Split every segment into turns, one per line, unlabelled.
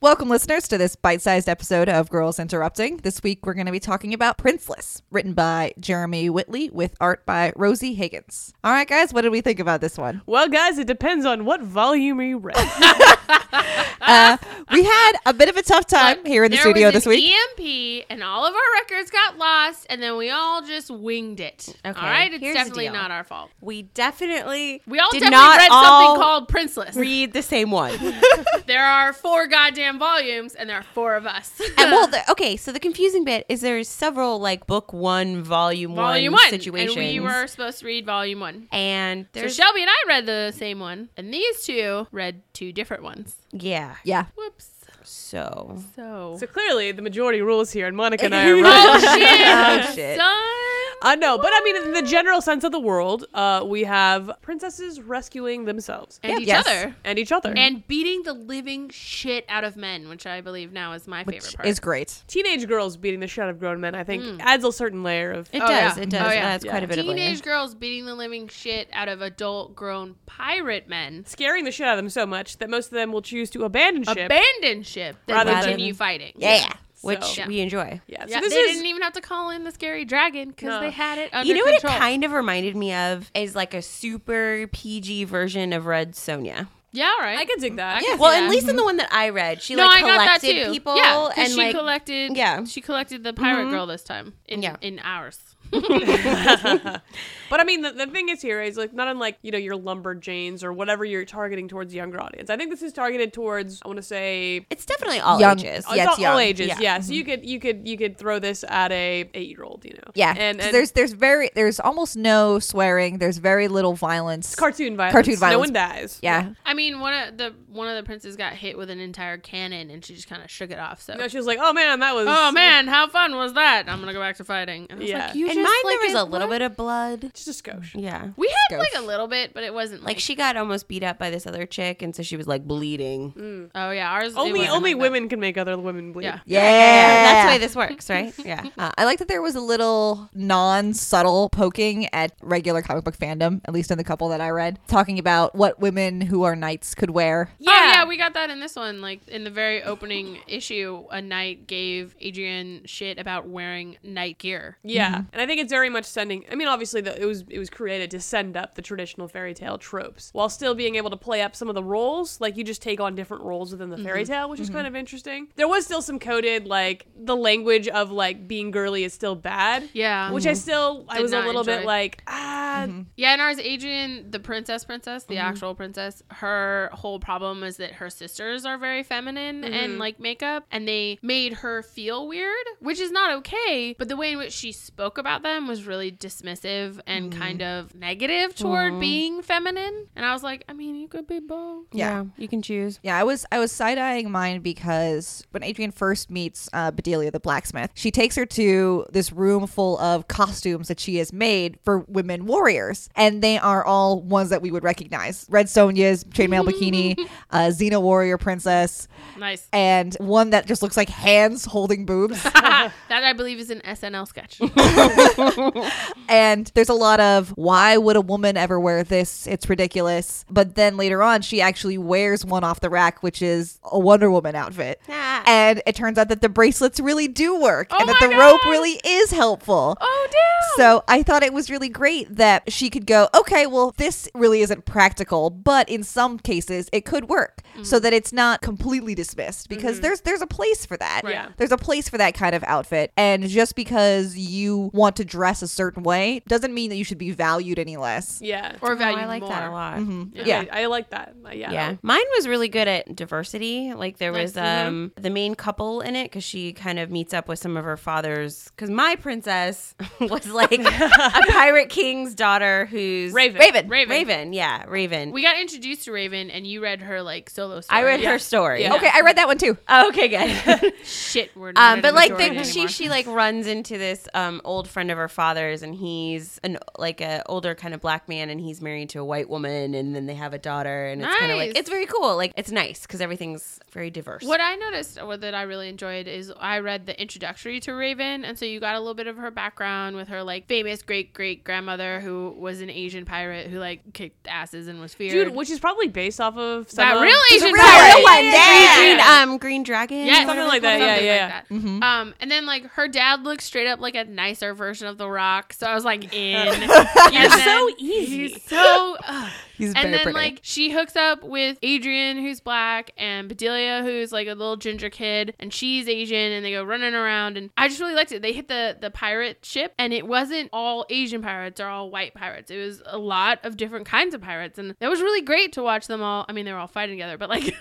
welcome, listeners, to this bite sized episode of Girls Interrupting. This week, we're going to be talking about Princeless, written by Jeremy Whitley with art by Rosie Higgins. All right, guys, what did we think about this one?
Well, guys, it depends on what volume you read.
Uh, we had a bit of a tough time here in the
There
studio
was
this
an
week.
EMP, E and all of our records got lost, and then we all just winged it.
Okay,
all right, it's
here's the
definitely
deal.
not our fault.
We definitely
We all
did
definitely
not
read
all
something called Princeless.
read the same one.
there are four goddamn volumes, and there are four of us.
and well, the, okay. So the confusing bit is there's several like book one, volume,
volume
one,
one,
situations,
and we were supposed to read volume one.
and there's
so Shelby and I read the same one, and these two read two different ones.
yeah.
Yeah.
Whoops.
So
So.
so clearly, the majority rules here, and Monica and I are right.
oh shit!
Oh, shit.
Son.
I know, but I mean, in the general sense of the world, uh, we have princesses rescuing themselves
And each
yes.
other.
and each other.
And beating the living shit out of men, which I believe now is my favorite part.
Is great.
Teenage girls beating the shit out of grown men, I think, adds a certain layer of.
it
Mm. Oh,
does.
yeah.
It does.
Oh, yeah.
That's quite a bit of layer.
Teenage girls beating the living shit out of adult grown pirate men.
Scaring the shit out of them so much that most of them will choose to abandon ship.
Abandon ship than
Rather
than-
continue fighting.
Yeah, which
So-
we enjoy.
yeah, so
Yeah,
this
they
is
didn't e- even have to call in the scary dragon because
No.
they had it under
you know
control.
what it kind of reminded me of is like a super PG version of Red Sonia.
yeah, all right.
I can dig that.
Yeah.
Well,
Yeah.
at least in the one that I read, she
Mm-hmm. no,
like
I got that
collected
too.
people
yeah, 'cause
and
she
like
collected.
Yeah.
she collected the pirate
Mm-hmm.
girl this time. In,
Yeah.
in ours.
But I mean, the, the thing is here is like not unlike you know your lumberjanes or whatever you're targeting towards a younger audience. I think this is targeted towards I want to say
it's definitely all
Young-
ages.
Yeah,
it's
it's
all,
young.
all ages. Yeah,
Yeah.
so you could you could you could throw this at a eight year old. You know.
Yeah.
and,
'Cause
and
there's there's very there's almost no swearing. There's very little violence.
cartoon violence.
cartoon
No
violence.
one dies.
yeah.
I mean, one of the one of the princes got hit with an entire cannon, and she just kind of shook it off. So.
You know, she was like, oh man, that was.
Oh man, how fun was that? I'm gonna go back to fighting. And I was
Yeah.
like, you
and
just,
mine
like,
there was
it
a little
worked.
bit of blood.
It's just a skosh.
Yeah.
We had
Gross.
like a little bit, but it wasn't like,
Like she got almost beat up by this other chick, and so she was like bleeding.
oh yeah, ours it
Only
wasn't
only
like that.
women can make other women bleed.
Yeah.
Yeah.
That's the way this works, right? Yeah.
Uh, I like that there was a little non subtle poking at regular comic book fandom, at least in the couple that I read, talking about what women who are knights could wear.
Oh, Yeah. yeah, we got that in this one. Like in the very opening issue, a knight gave Adrian shit about wearing knight gear.
Yeah, and I think it's very much sending. I mean, obviously, the, it was it was created to send up the traditional fairy tale tropes while still being able to play up some of the roles. Like you just take on different roles within the fairy
Mm-hmm.
tale, which is kind of interesting. There was still some coded like the language of like being girly is still bad.
Yeah. Mm-hmm.
which I still I
Did
was a
not
little bit
enjoy.
like ah
Yeah, and ours Adrian, the princess princess,
Mm-hmm.
the actual princess, her whole problem is that her sisters are very feminine
Mm-hmm.
and like makeup and they made her feel weird, which is not okay, but the way in which she spoke about them was really dismissive and
Mm-hmm.
kind of negative toward being feminine. And I was like, I mean, you could be both.
Yeah.
You can choose.
Yeah, I was I was side eyeing mine because when Adrian first meets uh, Bedelia the blacksmith, she takes her to this room full of costumes that she has made for women warriors, and they are all ones that we would recognize: Red Sonja's chainmail bikini, uh, Xena warrior princess,
Nice.
and one that just looks like hands holding boobs.
that I believe is an SNL sketch.
And there's a lot of why would a woman ever wear this? It's ridiculous. But then later on, she actually wears one off the rack, which is a Wonder Woman outfit.
Ah.
And it turns out that the bracelets really do work and that
Oh my
the rope
God.
really is helpful.
oh damn.
So I thought it was really great that she could go, okay, well, this really isn't practical, but in some cases it could work so
Mm-hmm.
that it's not completely dismissed because there's there's a place for that.
Right. Yeah.
There's a place for that kind of outfit. And just because you want to dress a certain way doesn't mean that you should be valued any less.
yeah.
or
Oh,
value
I like
more.
that a lot.
Yeah.
I, I like that. Uh, yeah,
Mm-hmm. Yeah. Mine was really good at diversity. Like there was
Nice, mhm.
um the main couple in it cuz she kind of meets up with some of her father's cuz my princess was like a pirate king's daughter who's
Raven.
Raven.
Raven.
Raven, yeah, Raven.
We got introduced to Raven and you read her like solo story.
I read
Yeah.
her story.
Yeah.
Okay, I read that one too.
Oh, okay, good.
Shit, we're not
um,
in
but like
majority
the, she
anymore.
she like runs into this um old friend of her father's, and he's an like a older kind of black man, and he's married to a white woman, and then they have a daughter, and it's kind of like
Nice.
it's very cool. Like it's nice because everything's very diverse.
What I noticed or that I really enjoyed is I read the introductory to Raven, and so you got a little bit of her background with her like famous great great grandmother who was an Asian pirate who like kicked asses and was feared.
Dude, which is probably based off of
That
some-
real
There's a
Asian
real
guy.
one, yeah.
Green, um, green dragon.
Yes,
Something like that, yeah,
something
yeah,
like that. Um, and then like her dad looks straight up like a nicer version of The Rock, so I was like, in. You're
so easy.
He's so. ugh.
He's very
and then
pretty.
like she hooks up with Adrian, who's black, and Bedelia, who's like a little ginger kid, and she's Asian, and they go running around, and I just really liked it. They hit the the pirate ship, and it wasn't all Asian pirates or all white pirates. It was a lot of different kinds of pirates, and that was really great to watch them all. I mean, they were all fighting together, but like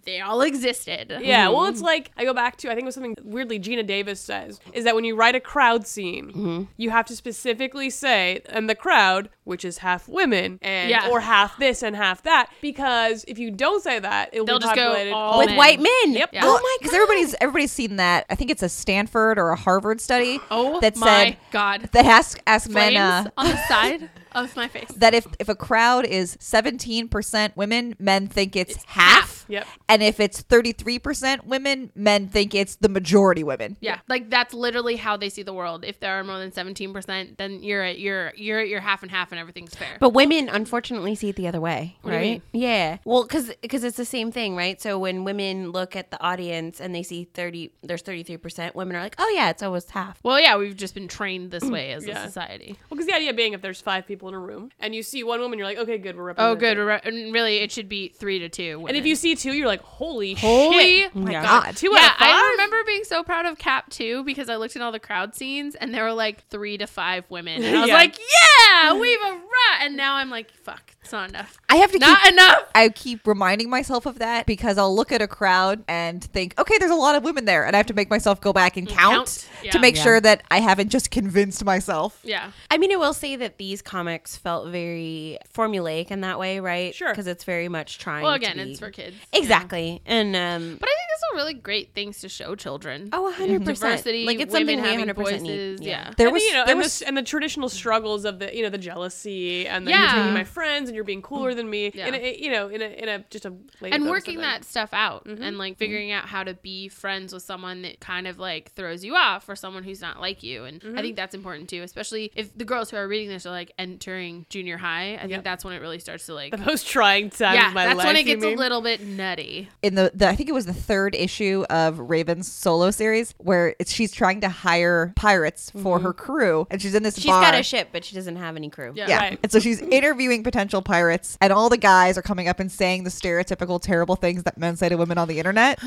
they all existed.
Yeah, well,
Hmm.
it's like I go back to I think it was something weirdly Gina Davis says is that when you write a crowd scene,
Mm-hmm.
you have to specifically say and the crowd, which is half women and
Yeah.
or half this and half that, because if you don't say that, it'll
They'll
be
just go
populated
all
with
men.
white men.
Yep. Yeah.
Oh my
Because
god.
everybody's everybody's seen that. I think it's a Stanford or a Harvard study
Oh
that
my
said
god.
that has asked
Flames
men uh,
on the side of my face.
that if if a crowd is 17% women, men think it's,
half.
half.
Yep.
And if it's 33% women, men think it's the majority women.
Yeah, like that's literally how they see the world. If there are more than seventeen percent, then you're at your you're at your half and half, and everything's fair.
But women, unfortunately, see it the other way,
do you
right? Yeah. Well, because it's the same thing, right? So when women look at the audience and they see thirty, there's thirty three percent. Women are like, oh yeah, it's almost half.
well, yeah, we've just been trained this way as
Yeah.
a society.
Well, because the idea being, if there's five people in a room and you see one woman, you're like, okay, good, we're
Oh,
represented.
good. We're re- and really, it should be three to two.
And if you see two, you're like, holy,
holy
shit.
my
Yeah.
God.
Two out
yeah,
of five.
I remember being so proud of Cap too because I looked at all the crowd scenes and there were like three to five women, and I was
Yeah.
like, yeah, we've arrived. And now I'm like, fuck, it's not enough.
I have to keep
Not enough.
I keep reminding myself of that because I'll look at a crowd and think, okay, there's a lot of women there. And I have to make myself go back and Mm, count,
count. Yeah.
to make
Yeah.
sure that I haven't just convinced myself.
Yeah.
I mean, I will say that these comics felt very formulaic in that way, right?
Sure.
Because it's very much trying.
Well,
to
again,
be-
it's for kids.
exactly. And um,
But I think those are really great things to show children.
Oh, 100%.
Diversity,
Like, it's
women
something we
having
100% need.
voices.
Yeah.
Yeah.
There
and
was,
the, you know,
there
and,
was
the, and the traditional struggles of the you know the jealousy and the you're
Yeah.
taking my friends and you're being cooler than me
Yeah.
in a, you know in a in a just a lady
and
focus
working
of it.
that stuff out
Mm-hmm.
and like figuring out how to be friends with someone that kind of like throws you off or someone who's not like you and
Mm-hmm.
i think that's important too especially if the girls who are reading this are like entering junior high i think
Yep.
that's when it really starts to like
the most trying time
yeah
of my
that's
life.
when it
you
gets a
mean?
little bit nutty
in the, the I think it was the third issue of Raven's solo series where it's, she's trying to hire pirates for her crew, and Mm-hmm. she's in this
she's
bar.
got a ship, but she doesn't have any crew.
Yeah.
yeah,
Right.
and so she's interviewing potential pirates, and all the guys are coming up and saying the stereotypical terrible things that men say to women on the internet.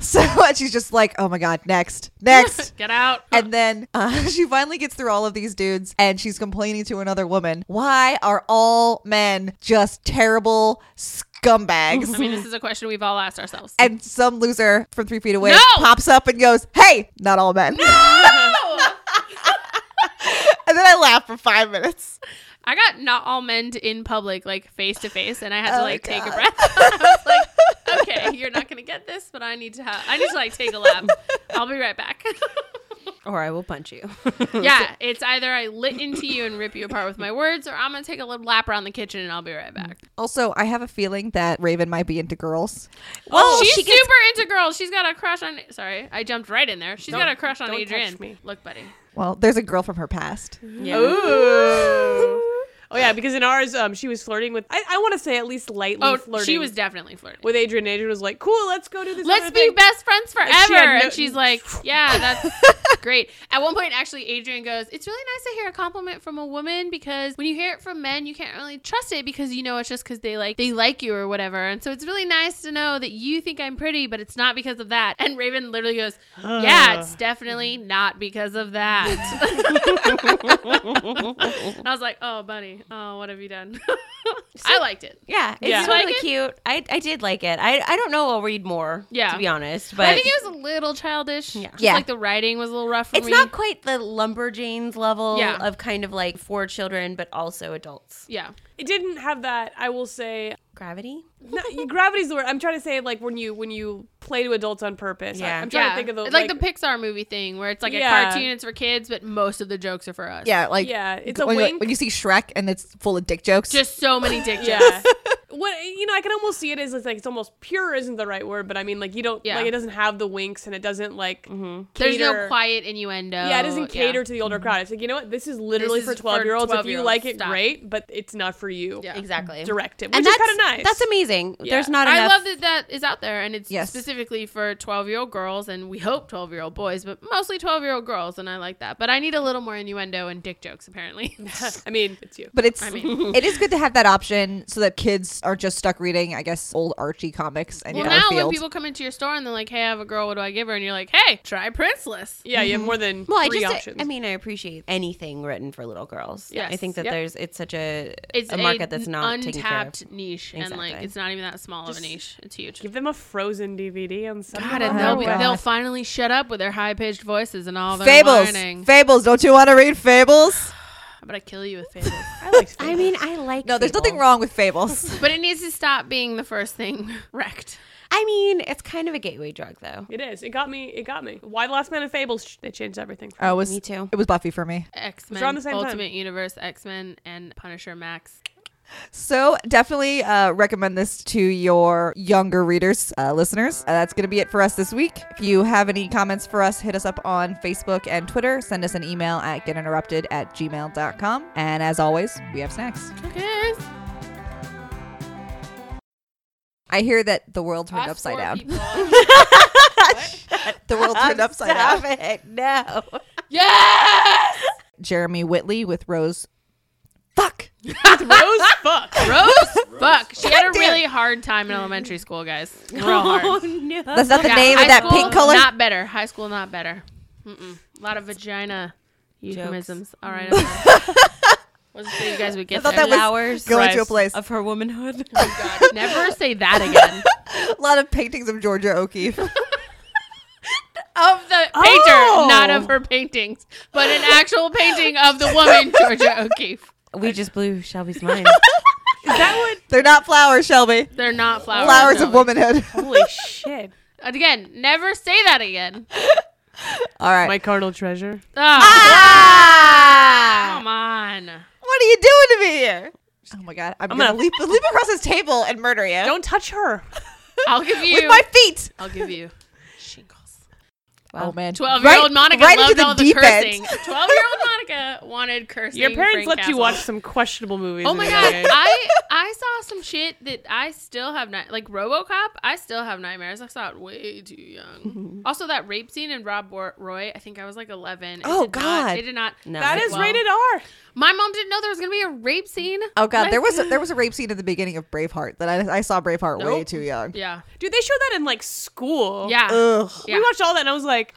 so and she's just like, "Oh my god, next, next,
get out
And then uh, she finally gets through all of these dudes and she's complaining to another woman, Why are all men just terrible scumbags?
i mean this is a question we've all asked ourselves
and some loser from three feet away
No!
pops up and goes, Hey, not all men. and then I laugh for five minutes.
i got not all men to- in public like face to face and i had
Oh
to
my
like take a
God.
breath i was like okay you're not gonna get this but i need to have i need to like take a lap i'll be right back
Or I will punch you.
Yeah, it's either I lit into you and rip you apart with my words, or I'm gonna take a little lap around the kitchen and I'll be right back.
Also, I have a feeling that Raven might be into girls.
Oh,
Well,
she's
Oh, she
super
gets-
into girls. She's got a crush on. Sorry, I jumped right in there. She's got a crush on
don't
Adrian.
touch me.
Look, buddy.
Well, there's a girl from her past.
Yeah.
Oh yeah, because in ours, um, she was flirting with I, I want to say at least lightly
Oh,
flirting.
she was definitely flirting.
with Adrian. Adrian was like, "Cool, let's go do this."
Let's
other
be
thing."
best friends forever.
she had no-
and she's like, Yeah, that's great. At one point, actually, Adrian goes, It's really nice to hear a compliment from a woman because when you hear it from men, you can't really trust it because you know it's just because they like they like you or whatever. And so it's really nice to know that you think I'm pretty, but it's not because of that. And Raven literally goes, Yeah,
Ah.
it's definitely not because of that. and I was like, Oh, buddy, oh, what have you done? I liked it.
Yeah, it's
Yeah.
totally
Like it?
cute. I, I did like it. I, I don't know. I'll read more.
Yeah.
to be honest,
But
but
I think it was a little childish. Yeah.
Yeah.
Like the writing was a little rough for
it's
me.
not quite the lumberjanes level
Yeah.
of kind of like for children, but also adults.
Yeah.
It didn't have that. I will say,
Gravity.
no, gravity's the word. I'm trying to say like when you when you play to adults on purpose. I,
Yeah.
am trying to think of the
It's like, the Pixar movie thing where it's like a
Yeah.
cartoon, it's for kids, but most of the jokes are for us.
Yeah, like
Yeah, it's a
when, you-
wink.
when you see Shrek and it's full of dick jokes.
Just so many dick jokes.
yeah. well, what you know, I can almost see it as it's like it's almost pure isn't the right word, but I mean like you don't
Yeah.
like it doesn't have the winks and it doesn't like
There's
cater-
no quiet innuendo.
Yeah, it doesn't cater
Yeah.
to the older crowd. It's like you know what, this is literally
This
for
is for
twelve year olds. If you
12-year-olds,
like it,
stop.
great, but it's not for you.
Yeah.
Exactly.
Direct it, which
and
is
that's
kind of nice.
That's amazing.
Yeah.
There's not
I
enough.
love that that is out there, and it's
Yes.
specifically for 12 year old girls, and we hope 12 year old boys, but mostly 12 year old girls, and I like that. But I need a little more innuendo and dick jokes, apparently.
I mean, it's you.
But it's
I mean-
it is good to have that option so that kids aren't just stuck reading, I guess, old Archie comics and
well, now
Garfield.
when people come into your store and they're like, "Hey, I have a girl. What do I give her?" and you're like, "Hey, try Princeless."
Yeah, you have more than
well, I
three
just,
options.
I mean, I appreciate anything written for little girls.
Yes.
I think that
Yep.
there's, it's such a,
It's
a market that's not taken care of.
untapped niche, and like
Exactly.
it's not even that small of
Just
a niche. It's huge.
give them a Frozen DVD on Sunday.
God,
Oh
and they'll, be,
God.
they'll finally shut up with their high pitched voices and all their
fables,
whining.
fables. Don't you want to read fables?
I'm gonna kill you with fables.
I liked
I mean, I like.
No, Oh, there's nothing
Fable.
wrong with fables.
but it needs to stop being the first thing wrecked.
I mean, it's kind of a gateway drug, though.
It is. It got me. It got me. Why the Last Man of Fables? sh- They changed everything. for
I was
Me too.
Oh, It was Buffy for me.
X
around
Men,
the same time.
Ultimate Universe, X Men, and Punisher Max.
So definitely uh, recommend this to your younger readers, uh, listeners. Uh, that's going to be it for us this week. If you have any comments for us, hit us up on Facebook and Twitter. Send us an email at getinterrupted at gmail.com. And as always, we have snacks.
Okay.
I hear that the world turned upside down. The world turned upside down.
it. No.
yes.
Jeremy Whitley with Rose. Fuck.
me. Rose, fuck.
Rose. Fuck. She had a
Goddamn.
really hard time in elementary school, guys. Real hard.
Oh, no.
That's not the
Yeah,
name
high
of that
school,
pink color.
Not better. High school, not better. Mm-mm. A lot of vagina euphemisms. All right. Wasn't sure you guys would get
thought
there.
that was
Flowers
going to a
Christ.
place.
of her womanhood.
Never say that again.
A lot of paintings of Georgia O'Keeffe.
of the painter,
Oh.
not of her paintings, but an actual painting of the woman Georgia O'Keeffe.
we just blew Shelby's mind.
They're not flowers, Shelby.
They're not flowers.
Flowers of
Shelby.
womanhood.
Holy shit.
Again, never say that again.
All right.
My carnal treasure.
Oh,
Ah.
Come on.
What are you doing to me here? Oh my god, I'm, gonna,
gonna-
leap leap across this table and murder you
Don't touch her.
I'll give you.
with my feet.
I'll give you. Shingles.
Oh man,
Twelve-year-old
Right-
Monica
right
loved
into the
all the
deep end.
cursing. Twelve-year-old Monica wanted cursing.
Your parents
Frank
let you
Castle.
watch some questionable movies.
Oh
at
my
a
god,
young age.
I I saw some shit that I still have night like RoboCop. I still have nightmares. I saw it way too young. also, that rape scene in Rob Bor- Roy. I think I was like eleven. It
Oh,
did not-
God.
it did not.
No.
That
Like,
is
well-
rated R.
My mom didn't know there was gonna be a rape scene.
Oh god,
Like-
there was a, there was a rape scene at the beginning of Braveheart that I, I saw Braveheart way
Nope.
too young.
Yeah,
Dude, they showed that in like school.
yeah.
Oh, Ugh.
Yeah. Oh,
We watched all that and I was like,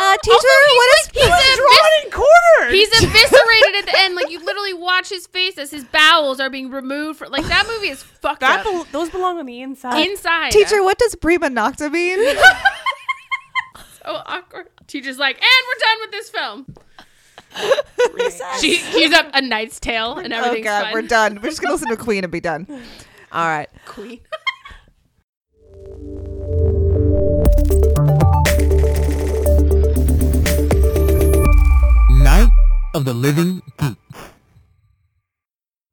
Uh, teacher, what is
He's
what is wrong?
evis-
in quarters.
He's eviscerated at the end. Like you literally watch his face as his bowels are being removed. For, like that movie is fucked
that
up.
bel those belong on the inside.
Inside,
Uh, Teacher, what does prima nocta mean?
Oh, awkward. Teacher's like, and we're done with this film. She queues up a knight's tale and
oh
everything's
god,
fine.
we're done. We're just gonna listen to Queen and be done. All right.
Queen.
Night of the Living Geek.